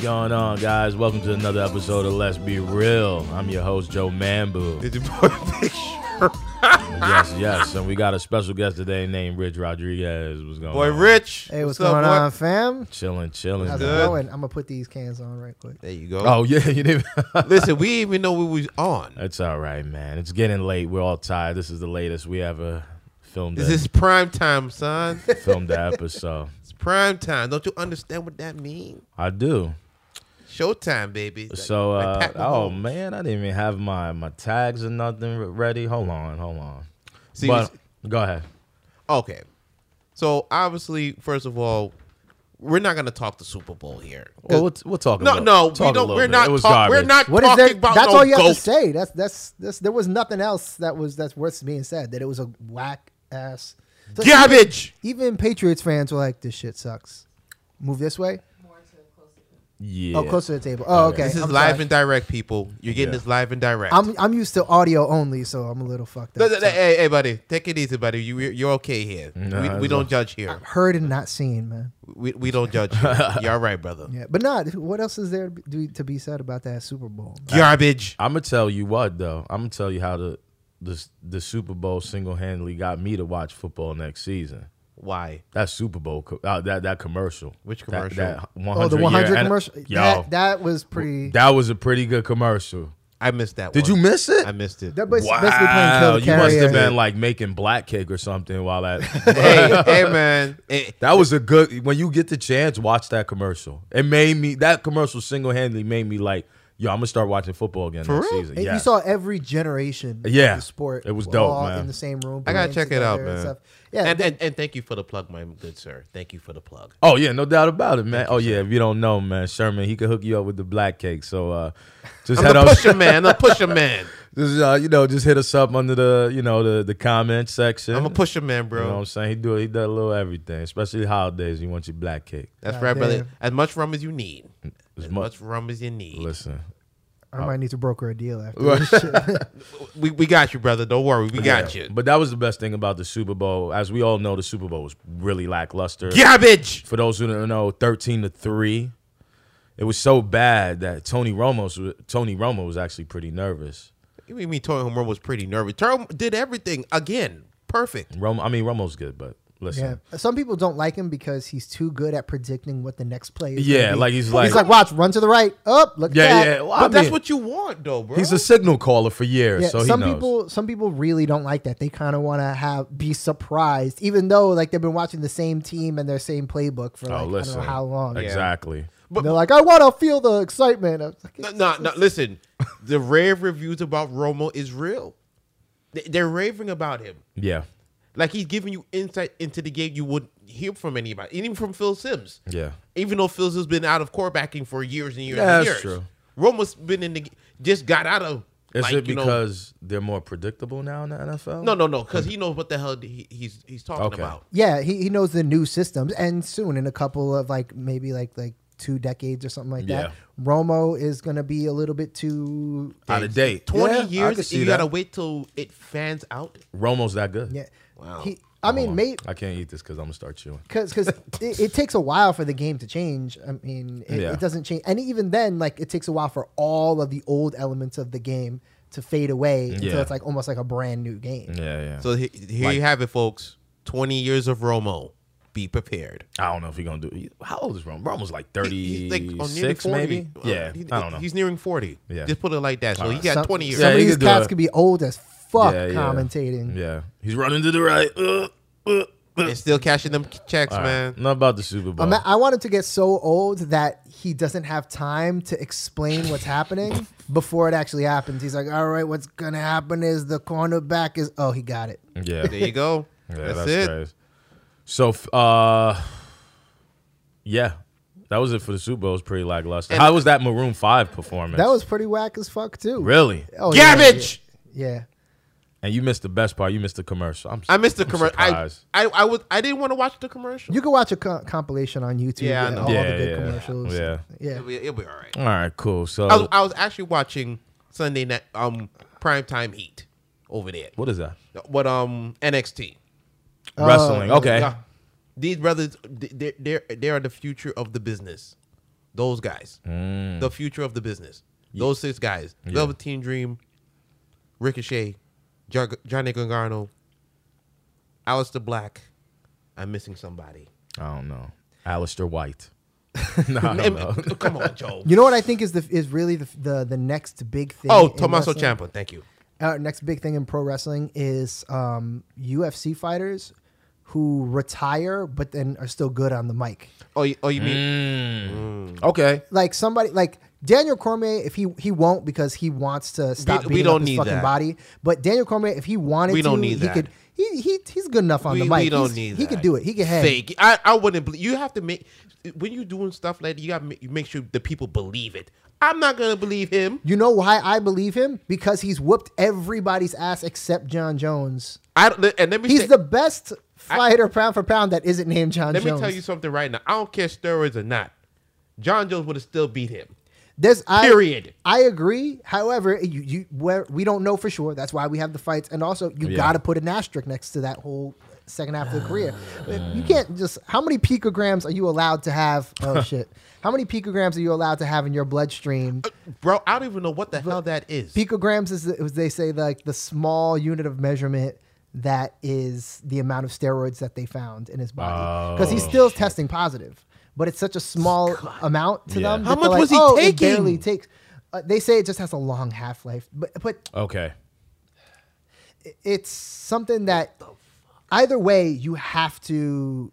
going on, guys? Welcome to another episode of Let's Be Real. I'm your host, Joe Mambu. Did you put a picture? yes, yes. And we got a special guest today named Rich Rodriguez. What's going Boy, on? Rich. Hey, what's, up, going boy? on, fam? Chilling, chilling. How's man. it Good. going? I'm gonna put these cans on right quick. There you go. Oh, yeah. You didn't. Listen, we didn't even know we was on. It's all right, man. It's getting late. We're all tired. This is the latest we ever filmed This a- is prime time, son. filmed the episode. It's prime time. Don't you understand what that means? I do. Showtime, baby. Like- So, like uh, Pat oh Mahomes. man, I didn't even have my my tags or nothing re- ready. Hold on, hold on. See, but it's- go ahead. okay. So obviously, first of all, we're not gonna talk the Super Bowl here. Well, we'll, we'll talk. a no, little- no, talk a we don't. little We're bit. not. It was Talk, we're garbage. not What is talking there? about that's no all you have goat. to say. That's that's that's. There was nothing else that was that's worth being said. That it was a whack ass. So Garbage. Even, even Patriots fans were like, "This shit sucks." Move this way. Yeah. Oh, close to the table. Oh, okay. This is I'm live sorry. and direct, people. You're getting Yeah. this live and direct. I'm I'm used to audio only, so I'm a little fucked No, up. no, no, hey, hey, buddy, take it easy, buddy. You, you're okay here. Nah, we we it's don't all- judge here. Heard and not seen, man. We, we don't judge. Here. You're all right, brother. Yeah, but not. What else is there to be, to be said about that Super Bowl? Garbage. I'm gonna tell you what though. I'm gonna tell you how the the the Super Bowl single handedly got me to watch football next season. Why? That Super Bowl co- uh, that that commercial. Which That- commercial? That, 100 Oh, the 100 year- and- commercial. Yo, That that, that was pretty. was a pretty good commercial. I missed that. Did one. you miss it? I missed it. They're bas- basically playing Wow, Kill the you must Carrier. have been like making black cake or something while that. hey, hey, man. Hey, That was a good. When you get the chance, watch that commercial. It made me. That commercial single handedly made me like, yo, I'm gonna start watching football again For next real? season. And Yeah. You saw every generation Yeah. of the sport. It was were dope, all man. In the same room. I gotta playing check it out, together and man. stuff. Yeah, and, th- and and thank you for the plug, my good sir. Thank you for the plug. Oh yeah, no doubt about it, man. Oh yeah, if you don't know, man, Sherman, he could hook you up with the black cake. So uh, just I'm head the up, pusher man. I'm the pusher man. just, uh, you know, just hit us up under the you know the the comment section. I'm a pusher man, bro. You know what I'm saying? He do he does a little everything, especially holidays. You want your black cake. That's God right, brother. damn. As much rum as you need. As As much, much rum as you need. listen, I might need to broker a deal after this shit. We, we got you, brother. Don't worry. We got you. But that was the best thing about the Super Bowl. As we all know, the Super Bowl was really lackluster. Garbage. For those who don't know, thirteen to three. It was so bad that Tony Romo's Tony Romo was actually pretty nervous. You mean me, Tony Homer was pretty nervous. Tony did everything again. Perfect. Romo, I mean Romo's good, but listen, Yeah. Some people don't like him because he's too good at predicting what the next play is. Yeah, gonna be. like, he's he's like- like, watch, run to the right, up, look. Yeah, at yeah. that. Well, But I that's mean, what you want, though, bro. he's a signal caller for years, Yeah, so he some knows. people some people really don't like that. They kind of want to have be surprised, even though like they've been watching the same team and their same playbook for like oh, listen, I don't know how long. Exactly. And they're like, I want to feel the excitement. I was like, No, no, no, listen. The rave reviews about Romo is real. They- They're raving about him. Yeah, Like he's giving you insight into the game you wouldn't hear from anybody, even from Phil Sims. yeah. Even though Phil Sims been out of quarterbacking for years and years Yeah, that's and years. true. Romo's been in the just got out of. Is like, it you know- because they're more predictable now in the NFL? no, no, no, because he knows what the hell he, he's he's talking Okay. about. Yeah, he, he knows the new systems, and soon in a couple of like maybe like like two decades or something like that, Yeah. Romo is gonna be a little bit too. out of date. Twenty Yeah, I could years, see you that. gotta wait till it fans out. Romo's that good. Yeah, Wow. He, I mean, maybe I can't eat this because I'm gonna start chewing. because because it, it takes a while for the game to change. I mean, it, Yeah. it doesn't change, and even then, like it takes a while for all of the old elements of the game to fade away Yeah. until it's like almost like a brand new game. Yeah, yeah. So he, here Like- you have it, folks. Twenty years of Romo. Be prepared. I don't know if he's gonna do. How old is Romo? Romo's like He- he's, like, on nearly 36, 40. maybe. Uh, Yeah, he- I don't know. He's nearing forty. Yeah. just put it like that. So he got Some- twenty years. Some Yeah, of he these could do cats a- could be old as fuck yeah, yeah. commentating. Yeah, he's running to the right. Uh, uh, uh. and still cashing them checks, All right, man. Not about the Super Oh. Bowl. Ima- I want him to get so old that he doesn't have time to explain what's happening before it actually happens. He's like, all right, what's going to happen is the cornerback is, oh, he got it. yeah, There you go. Yeah, that's, that's, it. crazy. So, f- uh, yeah, that was it for the Super Bowl. It was pretty lackluster. How was that Maroon Five performance? That was pretty whack as fuck, too. really. Oh, yeah, Garbage. Yeah. yeah. And you missed the best part. You missed the commercial. I'm, I missed the I'm commercial. I, surprised. I I was I didn't want to watch the commercial. You can watch a co- compilation on YouTube. Yeah, I with know. all Yeah, the good yeah, commercials. yeah. Yeah. It'll be, it'll be all right. All right, cool. So, I was, I was actually watching Sunday night um primetime heat over there. what is that? What um NXT. Uh, Wrestling. Okay. Yeah. These brothers, they they they're- they are the future of the business. Those guys, the future of the business. Those six guys: Velveteen Dream, Ricochet, Jar- Johnny Gargano, Alistair Black. I'm missing somebody. I don't know. Alistair White. no, I don't And- know. Come on, Joe. You know what I think is the is really the the, the next big thing. Oh, in Tommaso wrestling? Ciampa. Thank you. Our next big thing in pro wrestling is um, UFC fighters who retire but then are still good on the mic. Oh, you, oh, you mean Okay. Like somebody like Daniel Cormier, if he he won't because he wants to stop we beating don't up his need fucking that. body. But Daniel Cormier, if he wanted We don't to, need he that. could. He, he he's good enough on we, the mic. we don't He's- need He that. could do it. He could hang. fake. I, I wouldn't. Believe, you have to make when you're doing stuff like that, you got to make, you make sure the people believe it. I'm not gonna believe him. You know why I believe him? Because he's whooped everybody's ass except John Jones. I don't, and let me He's say- the best fighter pound for pound that isn't named John let Jones. me tell you something right now. I don't care steroids or not. John Jones would have still beat him. There's I, Period. I agree. However, you you where we don't know for sure. That's why we have the fights, and also you Yeah. got to put an asterisk next to that whole second half of the career. You can't just. How many picograms are you allowed to have? Oh shit! How many picograms are you allowed to have in your bloodstream? Bro, I don't even know what the hell that is. Picograms is the- is they say like the small unit of measurement that is the amount of steroids that they found in his Oh, body because he's still testing positive, but it's such a small amount to Yeah. them. How that they're much was he oh, It taking?" barely takes. Uh, they say it just has a long half life, but but Okay. it's something that either way you have to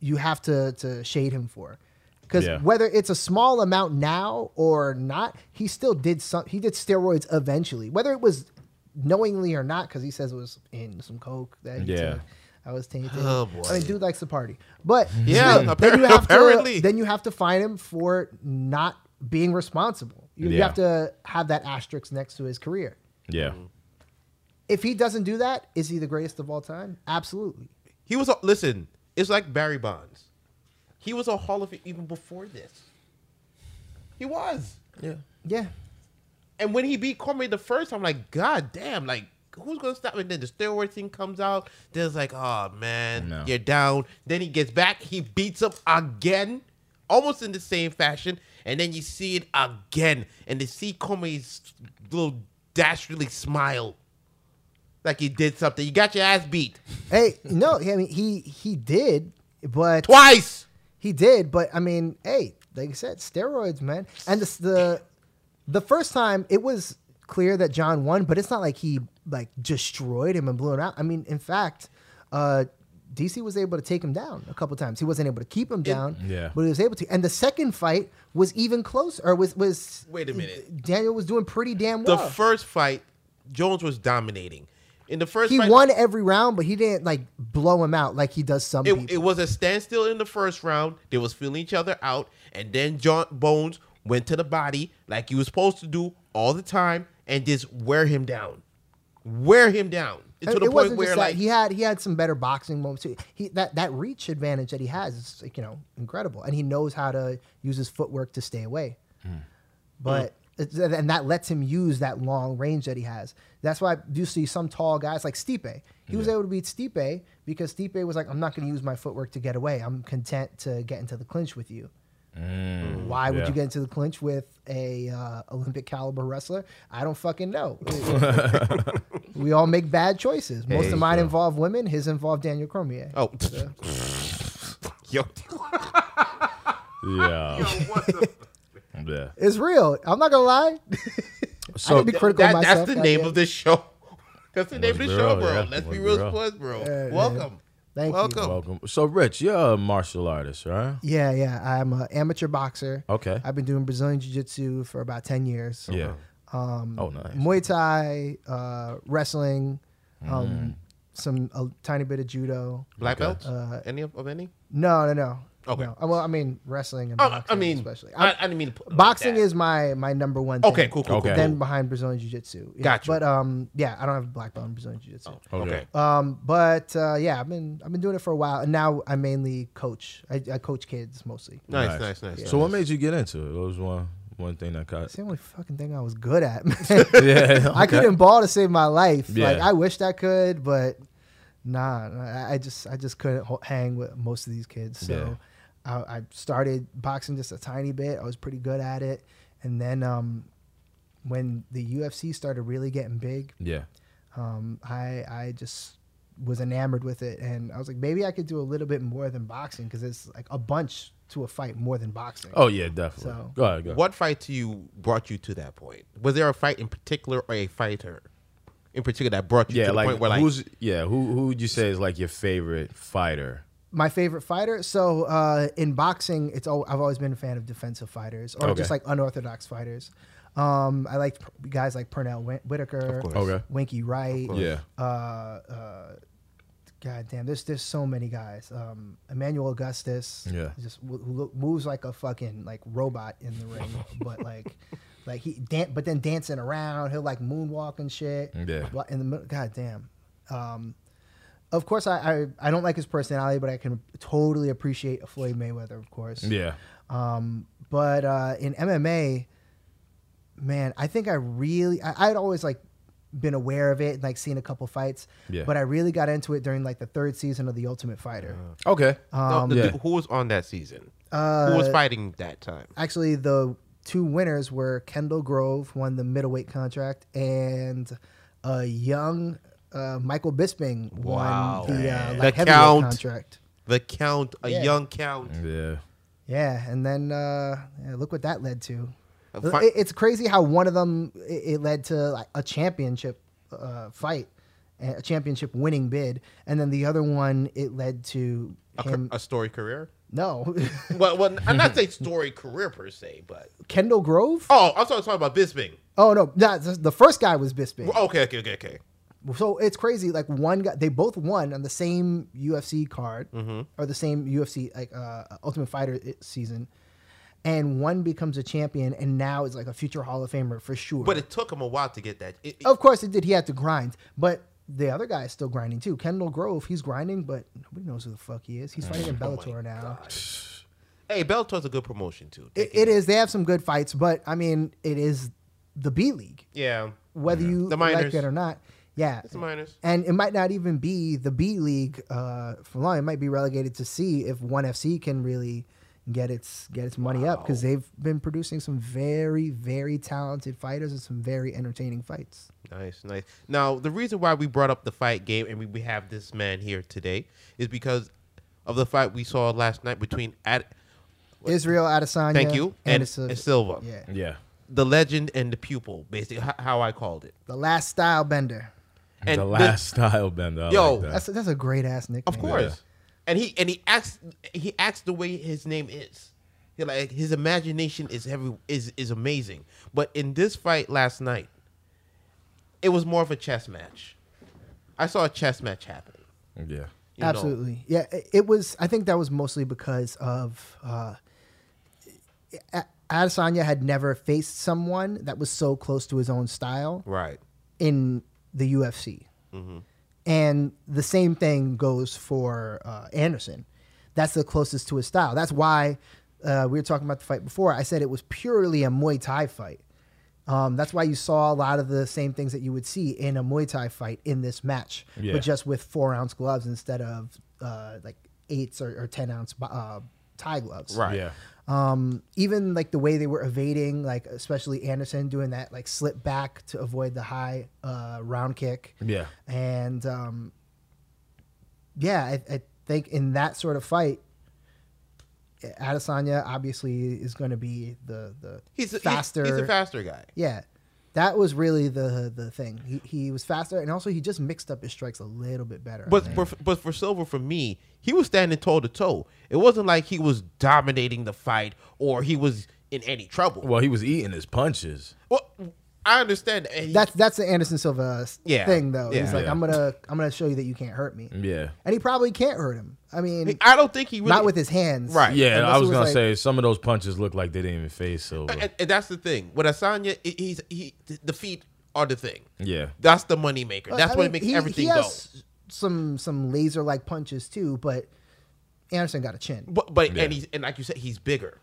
you have to to shade him for because Yeah. whether it's a small amount now or not he still did some he did steroids eventually whether it was knowingly or not because he says it was in some coke that he Yeah. took. I was tainted. Oh, boy. I mean, dude likes to party, but Yeah, still, then appar- you have apparently. to then you have to fine him for not being responsible. You, you Yeah. have to have that asterisk next to his career Yeah. if he doesn't do that, is he the greatest of all time? Absolutely. He was a, listen. It's like Barry Bonds. He was a Hall of Fame even before this. He was. Yeah. Yeah. And when he beat Cormier the first time, like, God damn, like, who's gonna stop? And then the steroid thing comes out. Then it's like, oh man, No. you're down. Then he gets back, he beats him again, almost in the same fashion. And then you see it again, and to see Cormier's little dastardly smile, like he did something. You got your ass beat Hey, no, I mean he he did, but twice. he did, but I mean, hey, like I said, steroids, man. And this, the the first time it was clear that John won, but it's not like he like destroyed him and blew him out. I mean, in fact, uh DC was able to take him down a couple times. He wasn't able to keep him down, Yeah. but he was able to. And the second fight was even closer. Or was was Wait a minute. Daniel was doing pretty damn The well. first fight, Jones was dominating. In the first he fight, won every round, but he didn't like blow him out like he does some people. it, it was a standstill in the first round. They was feeling each other out, and then John Bones went to the body like he was supposed to do all the time, and just wear him down, wear him down And to the it point wasn't where just that like he had he had some better boxing moments too. He that that reach advantage that he has is like, you know incredible, and he knows how to use his footwork to stay away. But it's- and that lets him use that long range that he has. That's why you see some tall guys like Stipe. He was able to beat Stipe because Stipe was like, I'm not going to use my footwork to get away. I'm content to get into the clinch with you. Why would yeah. you get into the clinch with a uh, Olympic caliber wrestler? I don't fucking know. we all make bad choices. Most of mine involve women. His involved Daniel Cormier. oh yo Mm. Yeah. yeah. It's real. I'm not gonna lie. I So could be critical that, of myself. that's the name goddamn. of this show. That's the name of the Let's be show, real, bro. yeah. Let's be Let's be real, real. plus, bro. yeah. Welcome, Thank you. welcome. welcome. So Rich, you're a martial artist, right? Yeah, yeah. I'm an amateur boxer. Okay. I've been doing Brazilian Jiu Jitsu for about 10 years. Yeah. Um, oh, nice. Muay Thai, uh, wrestling, Mm. um, some a tiny bit of judo. Black belt? Uh, any of, of any? No, no, no. Okay. No. Well, I mean, wrestling and Oh, boxing, I mean, especially. I, I'm- I didn't mean to put it like boxing that. is my my number one. Thing. okay. Cool, cool, Okay. cool. Then behind Brazilian Jiu Jitsu. Yeah. Gotcha. Oh. But um, yeah, I don't have a black belt in Brazilian Jiu Jitsu. Okay. okay. Um, but uh, yeah, I've been I've been doing it for a while, and now I mainly coach. I, I coach kids mostly. Nice, nice, nice. So what made you get into it? What was one one thing that caught? It's the only fucking thing I was good at. man. Yeah. I couldn't ball to save my life. Like Yeah. I wished I could, but nah, I- I just I just couldn't ho- hang with most of these kids. So I, I started boxing just a tiny bit. I was pretty good at it, and then um, when the UFC started really getting big, Yeah. um, I I just was enamored with it, and I was like, maybe I could do a little bit more than boxing because it's like a bunch to a fight more than boxing. Oh yeah, definitely. So- go ahead, go. Ahead. What fight to you brought you to that point? Was there a fight in particular or a fighter in particular that brought you Yeah, to the like point where like who's yeah who who would you say is like your favorite fighter? my favorite fighter. So uh, in boxing, it's all, I've always been a fan of defensive fighters or Okay. just like unorthodox fighters. Um, I liked p- guys like Pernell Whi- Whitaker, Of course. Okay. Winky Wright. Yeah. Uh, uh, God damn, there's there's so many guys. Um, Emmanuel Augustus. Yeah. Just w- who lo- moves like a fucking like robot in the ring, but like. Like he, dan- but then dancing around, he'll like moonwalk and shit. Yeah. Wa- In the middle, god damn. Um, of course, I, I I don't like his personality, but I can totally appreciate a Floyd Mayweather, of course. Yeah. Um, but uh, in MMA, man, I think I really I, I'd always like been aware of it, like seen a couple fights. Yeah. But I really got into it during like the third season of The Ultimate Fighter. Uh, Okay. no, the- yeah. the- who was on that season? Uh, who was fighting that time? Actually, the two winners were Kendall Grove won the middleweight contract, and a young uh, Michael Bisping won Wow. the uh, The like heavyweight count. contract. The count, a Yeah. young count. yeah. Yeah, and then uh, yeah, look what that led to. A It- fi- it's crazy how one of them it, it led to like a championship uh, fight, a championship winning bid, and then the other one it led to A, ca- him. a story career? no, Well, well, I'm not saying story career per se, but Kendall Grove. Oh, oh, I'm sorry, talking about Bisping. no, nah, the the first guy was Bisping. Okay, okay, okay, okay. So it's crazy. Like one guy, they both won on the same UFC card Mm-hmm. or the same UFC like uh, Ultimate Fighter i- season, and one becomes a champion and now is like a future Hall of Famer for sure. But it took him a while to get that. It, it- of course, it did. He had to grind, but the other guy is still grinding too. Kendall Grove, he's grinding, but nobody knows who the fuck he is. He's fighting in Oh Bellator now. hey, Bellator's a good promotion too. They It, can- it is. They have some good fights, but I mean, it is the B League. yeah, whether you The like minors. it or not. Yeah, It's the minors. and it might not even be the B League uh, for long. It might be relegated to C if One FC can really get its get its money up because they've been producing some very very talented fighters and some very entertaining fights. Nice, nice. Now, the reason why we brought up the fight game and we, we have this man here today is because of the fight we saw last night between Ad- Israel Adesanya. thank you and, Anderson- and Silva, Yeah, Yeah. the legend and the pupil, basically h- how I called it. the last style bender. And the the- last style bender. I Yo, like that. That's that's a great ass nickname. of course, and he and he acts he acts the way his name is. He like his imagination is every is is amazing. But in this fight last night, it was more of a chess match. I saw a chess match happen. yeah. you know. Absolutely. Yeah, i- it was. I think that was mostly because of uh, A- Adesanya had never faced someone that was so close to his own style Right. in the UFC. And the same thing goes for uh, Anderson. That's the closest to his style. That's why uh, we were talking about the fight before. I said it was purely a Muay Thai fight. Um, that's why you saw a lot of the same things that you would see in a Muay Thai fight in this match, Yeah. but just with four ounce gloves instead of uh, like eights or, or 10 ounce uh, Thai gloves Right. Yeah. um, even like the way they were evading, like especially Anderson doing that like slip back to avoid the high uh, round kick, Yeah. and um, yeah, I, I think in that sort of fight, Adesanya obviously is going to be the the He's a, faster, He's, he's a faster guy. yeah. That was really the the thing. He, he was faster, and also he just mixed up his strikes a little bit better. I But think. for, but for Silver, for me, he was standing toe to toe. It wasn't like he was dominating the fight or he was in any trouble. Well, Well, he was eating his punches. I understand. that, and he- that's that's the Anderson Silva s- Yeah. thing, though. He's Yeah. like, Yeah. I'm gonna I'm gonna show you that you can't hurt me. Yeah. and he probably can't hurt him. I mean, I don't think he really. not with his hands, Right. Yeah, Unless I it was gonna like- say some of those punches look like they didn't even face Silva. and, and that's the thing with Asanya. He's he th- the feet are the thing. Yeah. That's the moneymaker. That's Uh, I what mean, makes he- everything he has Some some laser like punches too, but Anderson got a go. chin. But, but Yeah. and he's and like you said, he's bigger.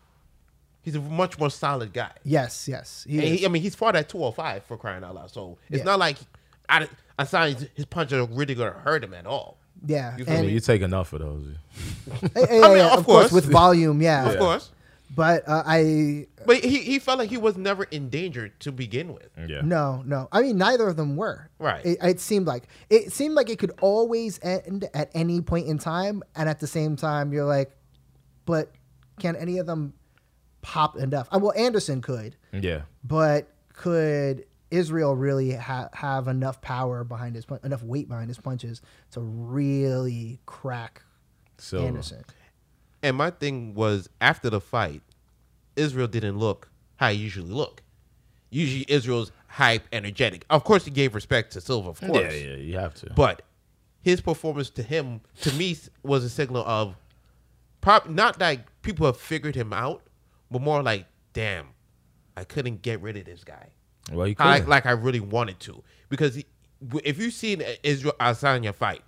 He's a much more solid guy. Yes, yes, he And is. he, I mean, he's fought at 205 for crying out loud. So it's Yeah. not like I, I signed his punch are really going to hurt him at all. Yeah, You feel I and mean, you take enough of those. yeah, yeah, I mean, yeah, of of, course. course. with volume, yeah. Of course. But uh, I But he, he felt like he was never in danger to begin with. Yeah. no, no. I mean, neither of them were. Right. It, it seemed like it seemed like it could always end at any point in time, and at the same time, you're like, but can any of them pop enough? Uh, well, Anderson could, Yeah. but could Israel really ha- have enough power behind his pun- enough weight behind his punches to really crack So Anderson? And my thing was after the fight, Israel didn't look how he usually look. Usually Israel's hype, energetic. Of course, he gave respect to Silva, of course. yeah, yeah, you have to. But his performance to him, to me, was a signal of prob- not like people have figured him out, but more like, damn, I couldn't get rid of this guy. well, you could. I, like I really wanted to. Because he- if you've seen a Israel Asanya fight,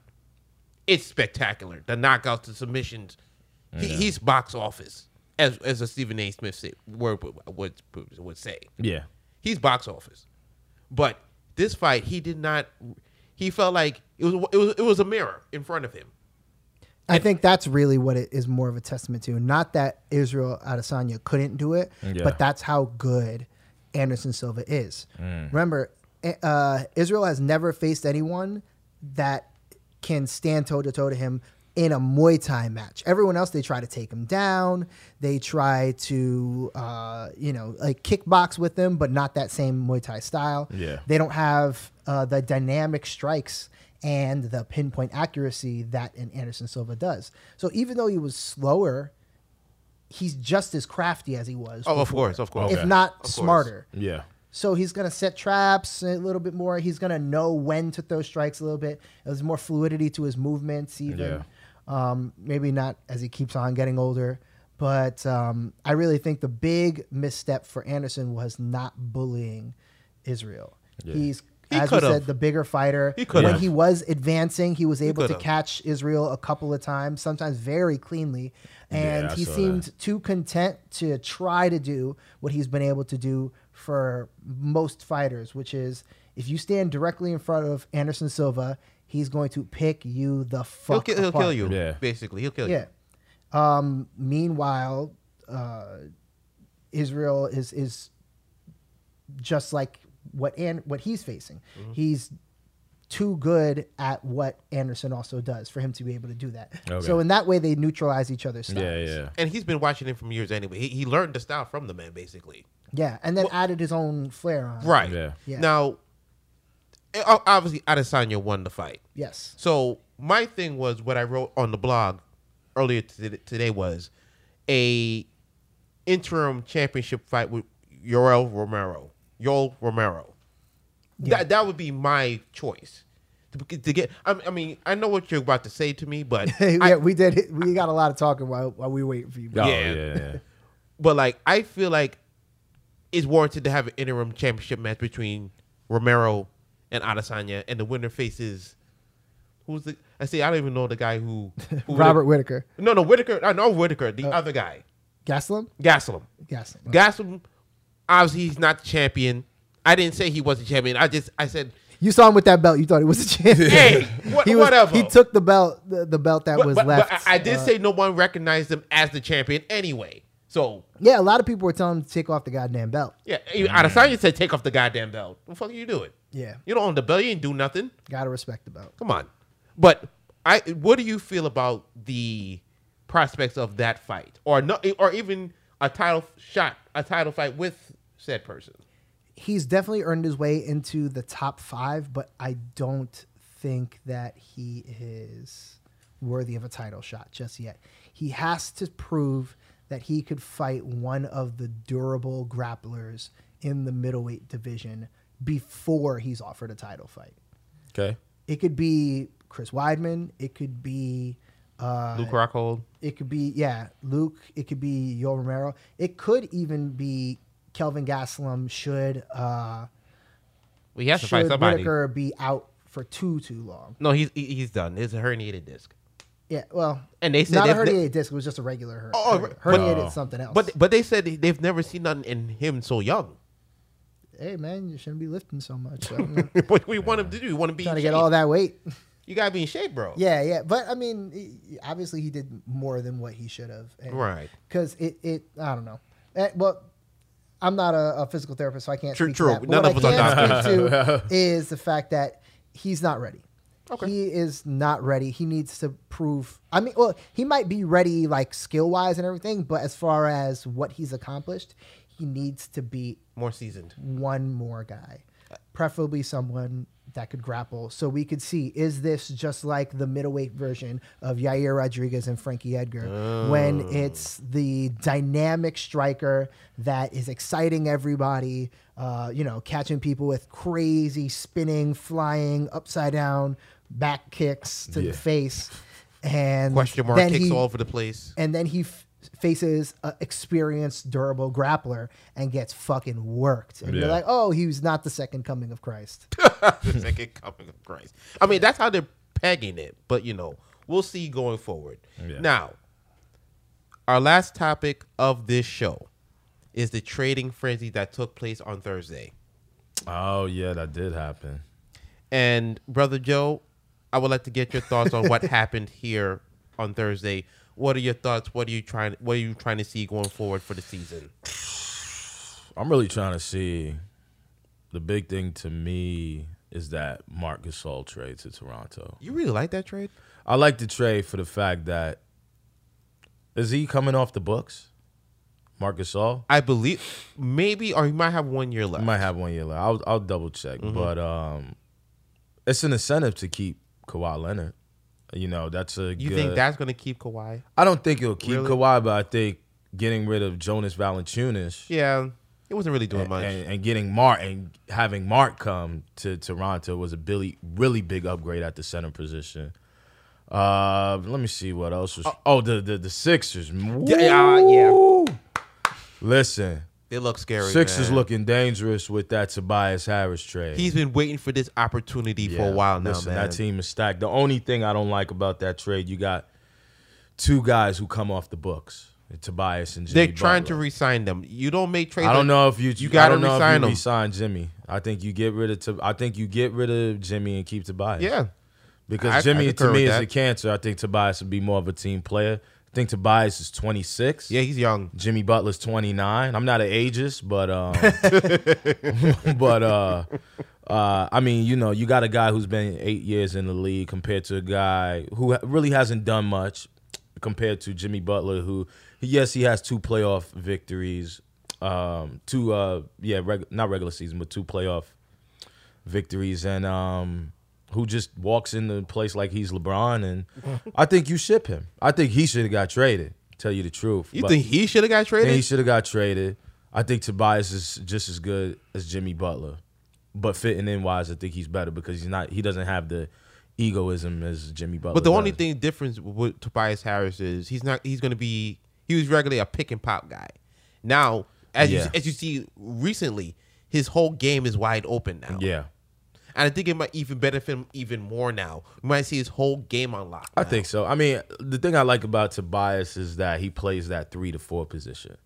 it's spectacular. The knockouts, the submissions, he, he's box office, as as a Stephen A. Smith say, word would, would, would say. yeah. He's box office, but this fight he did not. He felt like it was it was it was a mirror in front of him. I think that's really what it is more of a testament to. Not that Israel Adesanya couldn't do it, Yeah. but that's how good Anderson Silva is. Remember, eh, uh, Israel has never faced anyone that can stand toe to toe to him in a Muay Thai match. Everyone else, they try to take him down. They try to, uh, you know, like kickbox with him, but not that same Muay Thai style. Yeah. They don't have uh, the dynamic strikes and the pinpoint accuracy that an Anderson Silva does. So even though he was slower, he's just as crafty as he was, Oh, of course, of course. Okay. if not course. Mm. smarter. Yeah. So he's gonna set traps a little bit more. He's gonna know when to throw strikes a little bit. There's more fluidity to his movements, even. Yeah. Um, maybe not as he keeps on getting older, but um, I really think the big misstep for Anderson was not bullying Israel. He's He as we could've. said, the bigger fighter. He when could've. he was advancing, he was able to could've. catch Israel a couple of times, sometimes very cleanly, and I he saw that. seemed too content to try to do what he's been able to do for most fighters, which is if you stand directly in front of Anderson Silva, he's going to pick you the He'll, fuck. ki- he'll apart. kill you. Yeah. Basically, he'll kill Yeah. Um, meanwhile, uh, Israel is is just like what and what he's facing. Mm-hmm. He's too good at what Anderson also does for him to be able to do that. So Okay. in that way, they neutralize each other's styles. Yeah, yeah. you. And he's been watching him from years anyway. He, he learned the style from the man, basically. Yeah, and then added his own flair on. it. Right. Yeah. Yeah. Now, eh, o- obviously, Adesanya won the fight. Yes. So my thing was what I wrote on the blog earlier t- today was a interim championship fight with Yoel Romero. Yoel Romero. That that would be my choice to, be- to get. I, I mean, I know what you're about to say to me, but yeah, I, we did. It. We got a lot of talking while while we wait for you. Oh, Yeah. yeah. yeah. but like I feel like it's warranted to have an interim championship match between Romero and Adesanya, and the winner faces who's the. I see. I don't even know the guy who, who the- Robert Oh. Whitaker, No, no, Whitaker. I know Whitaker, the other guy. Gaslam, Gaslam. Gaslam. Gaslam, obviously, he's not the champion. I didn't say he was the champion. I just, I said, You saw him with that belt. You thought he was a champion. Hey, what- he was, whatever. He took the belt, the, the belt that but, was but- but left. I, I did Uh, say no one recognized him as the champion anyway. So, yeah, a lot of people were telling him to take off the goddamn belt. yeah, even Adesanya said, take off the goddamn belt. What the fuck are you doing? Yeah, You don't own the belt. You didn't do nothing. gotta respect the belt. Come on. But I, what do you feel about the prospects of that fight, or no, or even a title shot, a title fight with said person? He's definitely earned his way into the top five, but I don't think that he is worthy of a title shot just yet. He has to prove that he could fight one of the durable grapplers in the middleweight division before he's offered a title fight. Okay. It could be Chris Weidman. It could be uh, Luke Rockhold. It could be yeah, Luke. It could be Yoel Romero. It could even be Kelvin Gastelum. Should uh, Well, he has to fight should somebody. Whitaker be out for too too long? No, he's he- he's done. It's a herniated disc. Yeah, well, And they said not a they've- herniated disc. It was just a regular her- Oh, hernia. but- herniated Oh. something else. But but they said they've never seen nothing in him so young. hey, man, you shouldn't be lifting so much. I don't know. what do we want him to do? We want him to be Trying to in get shape. all that weight. you gotta be in shape, bro. Yeah, yeah, but I mean, he- obviously he did more than what he should have. And- Right. Because it, it, I don't know. Eh, well, I'm not a, a physical therapist, so I can't. True, speak true. To that. But None what of I us are can speak to is the fact that he's not ready. Okay. He is not ready. He needs to prove. I mean, well, he might be ready, like skill wise and everything, but as far as what he's accomplished, he needs to be More seasoned. one more guy, preferably someone that could grapple, so we could see is this just like the middleweight version of Yair Rodriguez and Frankie Edgar, when Oh. it's the dynamic striker that is exciting everybody, uh, you know, catching people with crazy spinning, flying, upside down back kicks to Yeah. the face, and Question mark then kicks he- all over the place. and then he f- faces an experienced, durable grappler and gets fucking worked. And you're Yeah. like, oh, he was not the second coming of Christ. the second coming of Christ. I mean, that's how they're pegging it, but you know, we'll see going forward. Yeah. Now, our last topic of this show is the trading frenzy that took place on Thursday. Oh yeah, that did happen. And brother Joe, I would like to get your thoughts on what happened here on Thursday. What are your thoughts? What are you trying? What are you trying to see going forward for the season? I'm really trying to see. The big thing to me is that Mark Gasol trade to Toronto. You really like that trade? I like the trade for the fact that is he coming off the books? Mark Gasol I believe maybe, or you might have one year He left. might have one year left. I'll I'll double check, Mm-hmm. but um, it's an incentive to keep Kawhi Leonard. You know, that's a You good, think that's going to keep Kawhi? I don't think it'll keep Really? Kawhi, but I think getting rid of Jonas Valanciunas Yeah, it wasn't really doing much. and, and getting Mark and having Mark come to Toronto was a really really big upgrade at the center position. Uh, let me see what else was. Oh, the the, the Sixers. yeah, yeah. Woo! Listen, They look scary. Sixers man. looking dangerous with that Tobias Harris trade. He's been waiting for this opportunity for a Yeah, while now, listen, man. That team is stacked. The only thing I don't like about that trade, you got two guys who come off the books, Tobias and Jimmy. They're trying to Butler. re-sign them. You don't make trades. I don't like- know if you You you gotta gotta I don't know resign if him. you resign Jimmy. I think you get rid of Tob- I think you get rid of Jimmy and keep Tobias. Yeah, because I- I Jimmy concur to me with is that. a cancer. I think Tobias would be more of a team player. I think Tobias is twenty six. yeah, he's young. Jimmy Butler's 29. I'm not an ageist, but um, but uh, uh, I mean, you know, you got a guy who's been eight years in the league compared to a guy who ha- really hasn't done much compared to Jimmy Butler, who yes, he has two playoff victories, um, two uh, yeah, reg- not regular season, but two playoff victories, and um, who just walks in the place like he's LeBron. And I think you ship him. I think he should have got traded. Tell you the truth, You But- think he should have got and he traded? should have got traded. I think Tobias is just as good as Jimmy Butler, but fitting in wise, I think he's better because he's not. He doesn't have the egoism as Jimmy Butler. But the only does. thing difference with Tobias Harris is he's not. He's going to be. He was regularly a pick and pop guy. Now, as Yeah. you as you see recently, his whole game is wide open now. yeah, and I think it might even benefit him even more now. We might see his whole game unlocked. I think so. I mean, the thing I like about Tobias is that he plays that three to four position.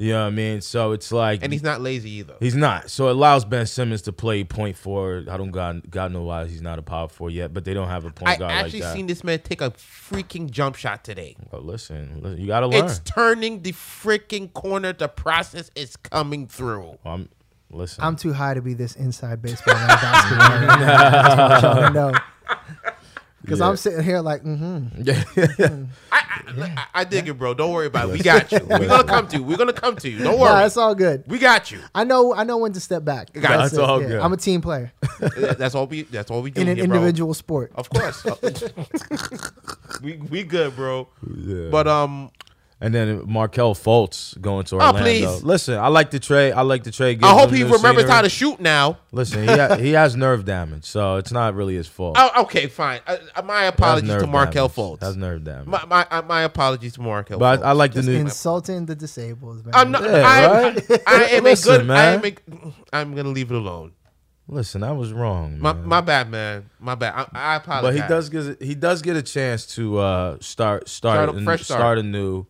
You know what I mean? So it's like and he's not lazy either. He's not. So it allows Ben Simmons to play point forward. I don't God God know why he's not a power four yet, but they don't have a point I guard actually like that. seen this man take a freaking jump shot today. But listen, listen, you gotta learn. It's turning the freaking corner. The process is coming through. I'm, listen, I'm too high to be this inside baseball and basketball. That's what y'all know. Because Yeah. I'm sitting here like, mm-hmm. I, I, I, I dig it, bro. Don't worry about it. We got you. We're gonna come to you. We're gonna come to you. Don't Nah, worry. it's all good. We got you. I know, I know when to step back. That's all good. I'm a team player That's all we. That's all we do in an here, bro. individual sport. Oh, Of course. we we good, bro. Yeah. But um, And then Markel Fultz going to Oh, Orlando. please. Listen, I like the trade. I like the trade. I Gives hope him he new remembers scenery. how to shoot now. Listen, he, ha- he has nerve damage, so it's not really his fault. Oh, okay, fine. Uh, uh, my Has apologies nerve to Markel damage. Has Fultz. nerve damage. My my, uh, my apologies to Markel. but Fultz. I, I like the new. Insulting the disabled, man. I'm not. Yeah, I, right? I am Listen, a good. I am man. a, I'm gonna leave it alone. listen, I was wrong. My, man. my bad, man. My bad. I, I but apologize. he does get he does get a chance to uh, start start Start a and fresh start. start anew,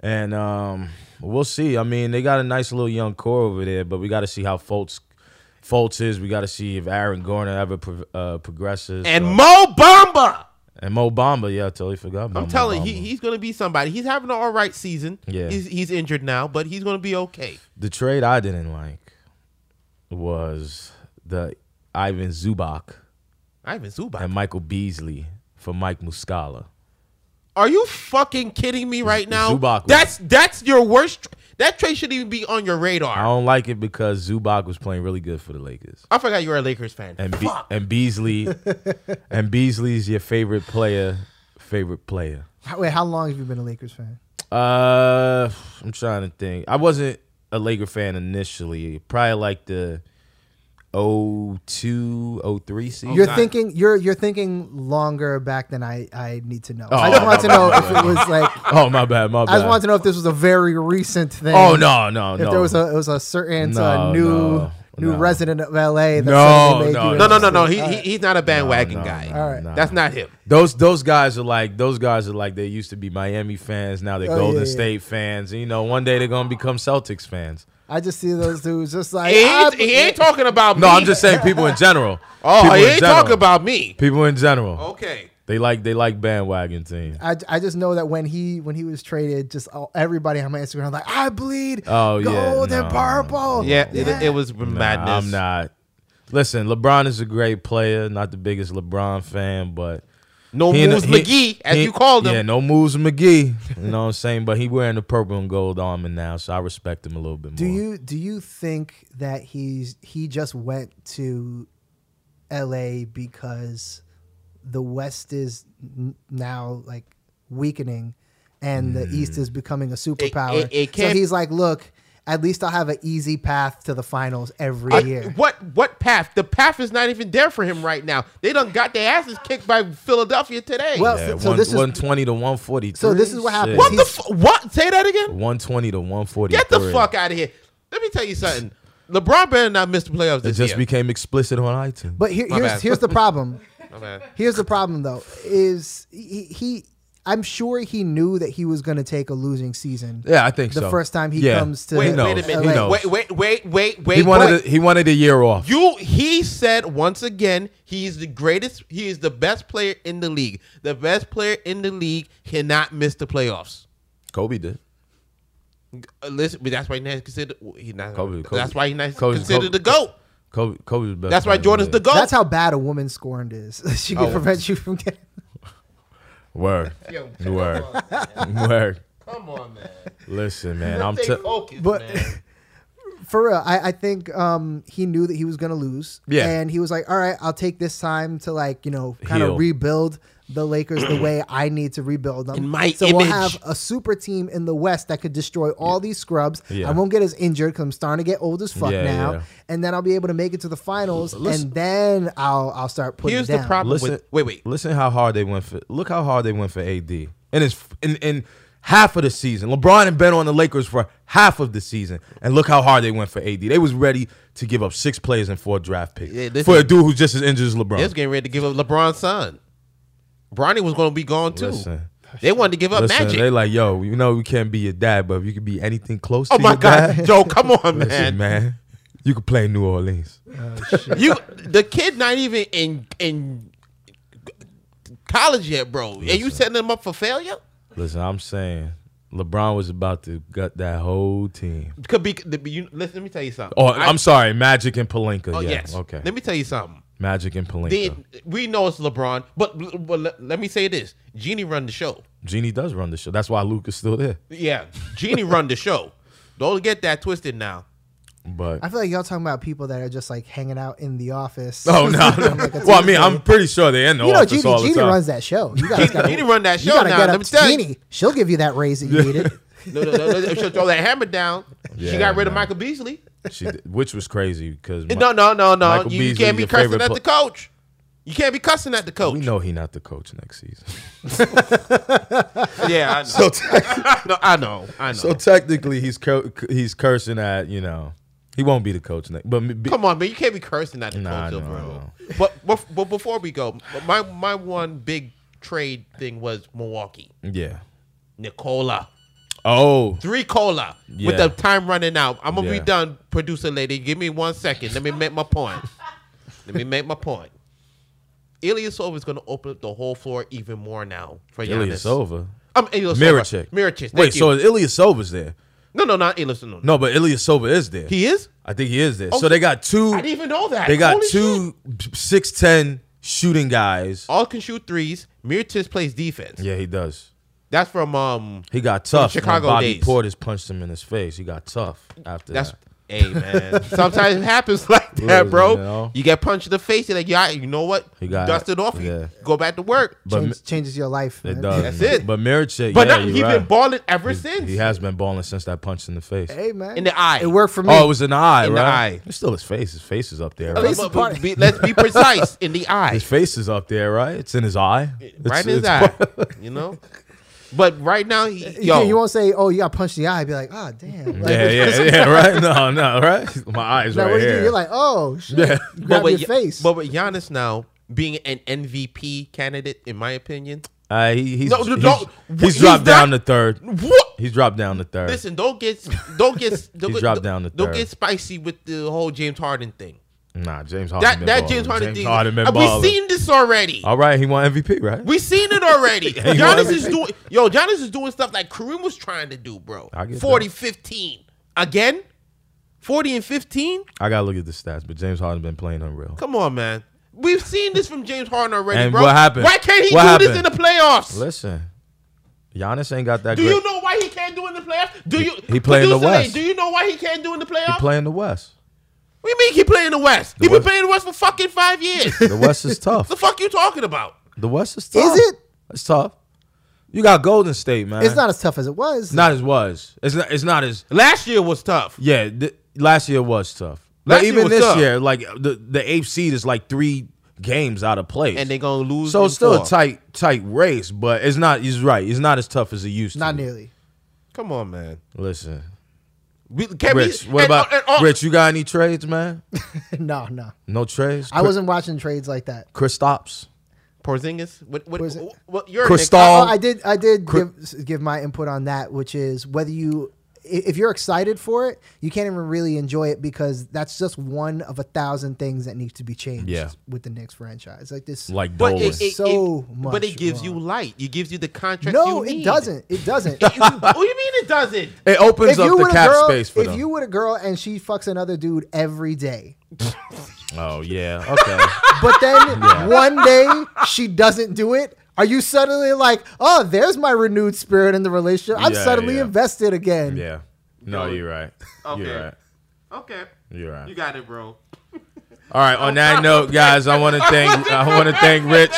and um, we'll see. I mean, they got a nice little young core over there, but we got to see how Fultz Fultz is. We got to see if Aaron Garner ever pro- uh, progresses. And Uh, Mo Bamba. and Mo Bamba, yeah, I totally forgot. About I'm Mo telling you, Bamba. he, he's going to be somebody. He's having an all right season. Yeah. He's, he's injured now, but he's going to be okay. the trade I didn't like was the Ivan Zubac Ivan Zubac. and Michael Beasley for Mike Muscala. Are you fucking kidding me right now? Zubac was- That's that's your worst. tr- That trade shouldn't even be on your I radar. don't like it because Zubac was playing really good for the Lakers. I forgot you were a Lakers fan. and Be- and Beasley and Beasley's your favorite player, favorite player. How- Wait, how long have you been a Lakers fan? Uh, I'm trying to think. I wasn't a Laker fan initially. Probably like the 02, 03 season. You're God. thinking you're you're thinking longer back than I I need to know. Oh, I just want to my know bad, if my it was like oh my bad, my bad. I just wanted to know if this was a very recent thing. oh no, no, If no. there was a it was a certain uh, No, new no, new no. resident of LA. That No, suddenly made no, you no, a- no, no, no. He, All he right. he's not a bandwagon No, no, guy. no, All right. no. That's not him. those those guys are like those guys are like they used to be Miami fans. Now they're Oh, yeah, Golden yeah. State fans. And, you know, one day they're gonna become Celtics fans. I just see those dudes just like He ah, ain't, he ain't talking about me. No, I'm just saying people in general. Oh, People he in ain't general. talking about me. people in general. Okay. They like they like bandwagon teams. I, I just know that when he when he was traded, just all, everybody on my Instagram was like I bleed Oh, yeah, gold no, and purple. Yeah, It, it was madness. I'm not. Listen, LeBron is a great player. Not the biggest LeBron fan, but No he and- moves he- McGee, as he- you called him. Yeah, no moves McGee. You know what I'm saying? But he wearing the purple and gold armor now, so I respect him a little bit Do more. you do you think that he's he just went to L.A. because the West is n- now like weakening, and the East is becoming a superpower? Hmm. it- it so can't- he's like, look, at least I'll have an easy path to the finals every I- year. What what path? The path is not even there for him right now. They done got their asses kicked by Philadelphia today. Well, Yeah, so- so one- this is- 120 to 143. So this is what happened. what the he's- fu- what? Say that Oh, again. 120 to 143. Get the fuck out of here. Let me tell you something. LeBron better not miss the playoffs It this just year. became explicit on iTunes. But here, My here's bad. here's the problem. My bad. Here's the problem, though, is he, he I'm sure he knew that he was going to take a losing season. yeah, I think the so. first time he Yeah. comes to- he Wait, knows. wait a He minute. knows. Wait, wait, wait, wait, wait. he wanted wait. a, he wanted a year off. You he said once again he is the greatest he is the best player in the league. The best player in the league cannot miss the playoffs. Kobe did. Uh, Listen, but that's why he's not considered. He's not, Kobe, Kobe. That's why he's not Kobe, considered Kobe. the goat. Kobe, Kobe's the best. That's why player in Jordan's the league. goat. That's how bad a woman scorned is. she can Oh. prevent you from getting. Word. Yo, Word. Word. Come on, man. Listen, man. I'm Stay t- focused, But- man. For real, I, I think um, he knew that he was going to lose. Yeah. And he was like, all right, I'll take this time to, like, you know, kind Heal. of rebuild the Lakers the way I need to rebuild them. In my so we'll image. have a super team in the West that could destroy all these scrubs. Yeah. I won't get as injured because I'm starting to get old as fuck Yeah, now. yeah. And then I'll be able to make it to the finals. Listen- and then I'll I'll start putting Here's it down. the problem listen. with wait, wait. Listen how hard they went for. Look how hard they went for AD. And it's in in half of the season. LeBron had been on the Lakers for half of the season, and look how hard they went for AD. They was ready to give up six players and four draft picks Yeah, listen. for a dude who's just as injured as They was LeBron. getting ready to give up LeBron's son. Bronny was going to be gone too. Listen. They wanted to give up Listen, Magic. they like, yo, you know, we can't be your dad, but if you could be anything close oh to my your God, dad, Joe, come on, man. listen, man, you could play in New Orleans. You the kid not even in in college yet, bro. And you setting him up for failure? Listen, I'm saying LeBron was about to gut that whole team. Could be. the- You, listen, let me tell you something. Oh, Oh, I- I, am sorry, Magic and Palinka. oh, yeah, yes. okay. Let me tell you something. Magic and Palinka. Then we know it's LeBron, but, but let, let me say this: Genie run the show. Genie does run the show. That's why Luke is still there. Yeah, Genie run the show. Don't get that twisted now. But I feel like y'all talking about people that are just like hanging out in the office. oh no, no. Like a well, I Tuesday. mean, I'm pretty sure they in the You know, office Genie, all the Genie time. runs that show. You guys Genie- gotta, Genie run that you show gotta now, Get let up me to tell you. Genie. She'll give you that raise that you needed. No, no, no, no, she'll throw that hammer down. she Yeah, got rid of man. Michael Beasley. She did- which was crazy because No, no, no, no. Michael You, you Beasley, can't be your cursing favorite at pl- the coach. You can't be cussing at the we coach. know he not the coach next season. Yeah, I know. So, te- no, I know. I know. so technically, he's cur- he's cursing at you know he won't be the coach next. But be- Come on, man. You can't be cursing at the Nah, coach, I know, I bro. know. But, but but before we go, my my one big trade thing was Milwaukee. yeah. Nicola. Oh, Three cola with Yeah. the time running out. I'm gonna Yeah. be done, producer lady. Give me one second. Let me make my point. Let me make my point. Ilyasova is gonna open up the whole floor even more now for Giannis. Ilyasova. I'm Ilyasova. Miracek. Oh, Miracek. Wait, Wait, you. so so Ilyasova's there? no, no, not Ilyasova. No. no, No, but Ilyasova is there. he is. I think he is there. Oh, so they got two. I didn't even know that. They got Holy shit. two six ten shooting guys. all can shoot threes. Mirtis plays defense. Yeah, he does. That's from um. He got tough. when Chicago Bobby days. Portis punched him in his face. He got tough after That's that. hey man. Sometimes it happens like Yeah, that, bro. you know. You get punched in the face. You're like, yeah, you know what? He got- dust it off. yeah. You go back to work. But Change- changes your life. it man. does. That's it. But Miracek, But yeah, now you're he's right. been balling ever He's- since. He has been balling since that punch in the face. Hey man, In the eye. It worked for me. Oh, it was an eye, In the right? eye. It's still his face. His face is up there. But- Right? least- but- but be- let's be precise in the eye, His face is up there, right? It's in his eye. It's, right in his it's- eye. You know. But right now, he, You yo, can't- you won't say, "Oh, you got punched in the eye." Be like, "Ah, damn." Like, Yeah, yeah, yeah, right? No, no, right? My eyes now right what do you here. do? You're like, "Oh shit!" Yeah. You but grab your with, face. but with Giannis now being an MVP candidate, in my opinion, Uh, he, he's, No, no, he's, don't- he's he's dropped not- down to third. what He's dropped down to third. Listen, don't get don't get don't, He's get- dropped down to don't third. get spicy with the whole James Harden thing. nah, James Harden. That been that balling. James Harden thing. been uh, balling. we seen this already. All right, he won MVP, right? We seen it already. He won Giannis is everything. doing yo. Giannis is doing stuff like Kareem was trying to do, bro. I get 40, 15. again. Forty and fifteen. I gotta look at the stats, but James Harden been playing unreal. Come on, man. We've seen this from James Harden already, And bro. what happened? Why can't he What do this in happened? the playoffs? Listen, Giannis ain't got that do great. you know why he can't do in the playoffs? Do you? he play in the Producer Lee, West. Do you know why he can't do in the playoffs? he play in the West. What do you mean he playing the West? he been West- playing the West for fucking five years. The West is tough. the fuck you talking about? The West is tough. it? It's tough. You got Golden State, man. it's not as tough as it was. Not as was. It's not. It's not as. Last year was tough. Yeah, th- last year was tough. Last But year even was this tough. year, like the the eighth seed is like three games out of place, And they gonna lose So in it's still four. a tight tight race, but it's not. He's right. It's not as tough as it used to. Not be. nearly. Come on, man. Listen, We, can Rich. we, What and- uh, about and all- Rich? You got any trades, man? no, no. No trades. I wasn't watching trades like that. Chris Stops. Porzingis? What? What? Porzi- what, what you're Cristal. Nick, Oh, Um, I did. I did Cri- give, give my input on that, which is whether you, i- if you're excited for it, you can't even really enjoy it because that's just one of a thousand things that needs to be changed Yeah. with the Knicks franchise. Like this, Like but Dolan. it, it, So it, much but it gives you wrong. light. It gives you the contract. no, you need. it doesn't. It doesn't. what do you mean it doesn't? It opens up the with a cap girl, space for if them. you with a girl and she fucks another dude every day, oh yeah. Okay. but then one day she doesn't do it. Are you suddenly like, oh, there's my renewed spirit in the relationship? I'm Yeah, suddenly yeah. invested again. yeah. No, you're right. Okay. You're right. Okay, You're right. you got it, bro. All right. Oh. On that note, guys, I want to thank I want to thank Rich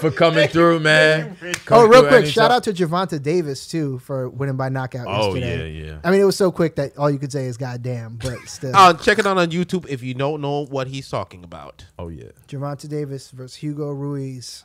for coming through, man. Oh, real quick, shout out to Javante Davis too for winning by knockout Oh, yesterday. yeah, yeah. I mean, it was so quick that all you could say is "goddamn," but still, Uh, check it out on YouTube if you don't know what he's talking about. Oh yeah, Javante Davis versus Hugo Ruiz.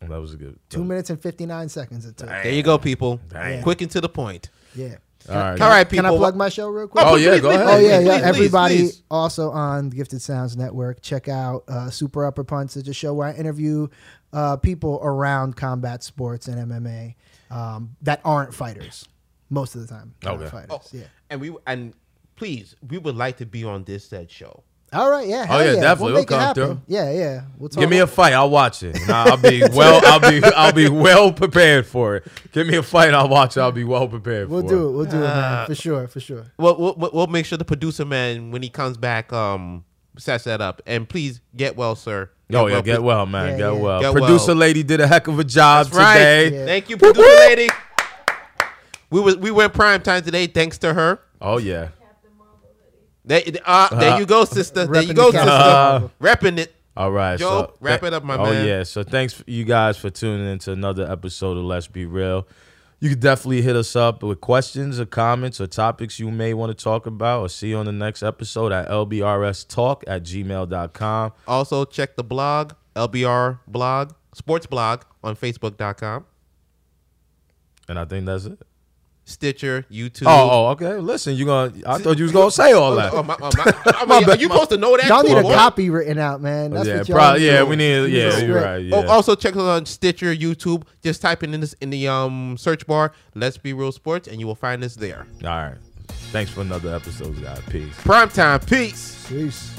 Well, that was a good. Two minutes and fifty nine seconds it took. There you go, people. Damn. Quick and to the point. Yeah. All right. All right, people. Can I plug my show real quick? Uh, Oh, yeah, go ahead. Oh yeah, yeah. Please, please, Everybody please. also on the Gifted Sounds Network. Check out uh, Super Upper Punts. It's a show where I interview uh, people around combat sports and MMA um, that aren't fighters most of the time. that aren't Okay. Fighters. Oh, Yeah. And we and please, we would like to be on this said show. All right. Yeah. hell Oh, yeah, We'll definitely. make We'll come it happen. through. Yeah. Yeah. We'll talk. Give me a fight, I'll watch it. And I'll be well. I'll be I'll be well prepared for it. Give me a fight, I'll watch. it. I'll be well prepared. We'll for do it. We'll do it, Ah. man. For sure. For sure. Well, we'll we'll- we'll make sure the producer man when he comes back um sets that up. And please get well, sir. Oh yeah, get well, man. Yeah, get, yeah. Well. Get Producer well. lady did a heck of a job That's right. today. Yeah. Thank you, producer lady. We was we went prime time today, thanks to her. Oh yeah. There, uh, there you go, sister. There Repping you go, the sister. Cavs. Repping it. All right, Joe, so wrap it up, my oh, man. Oh yeah, so thanks f- you guys for tuning in to another episode of Let's Be Real. You can definitely hit us up with questions or comments or topics you may want to talk about or see on the next episode at lbrstalk at gmail.com. Also check the blog, LBR blog, sports blog on Facebook.com. And I think that's it. Stitcher, YouTube. Oh, oh, okay. Listen, you gonna? I thought you was gonna say all that. Oh, my, oh, my, I mean, are you supposed to know that? Y'all too, need a boy? copy written out, man. That's yeah, what y'all probably. need. Yeah, we need. Yeah, Jesus you're Christ. right. Yeah. Oh, also check us on Stitcher, YouTube. Just type in this in the um search bar. Let's be real sports, and you will find us there. All right. Thanks for another episode, guys. Peace. Prime time, peace. Peace.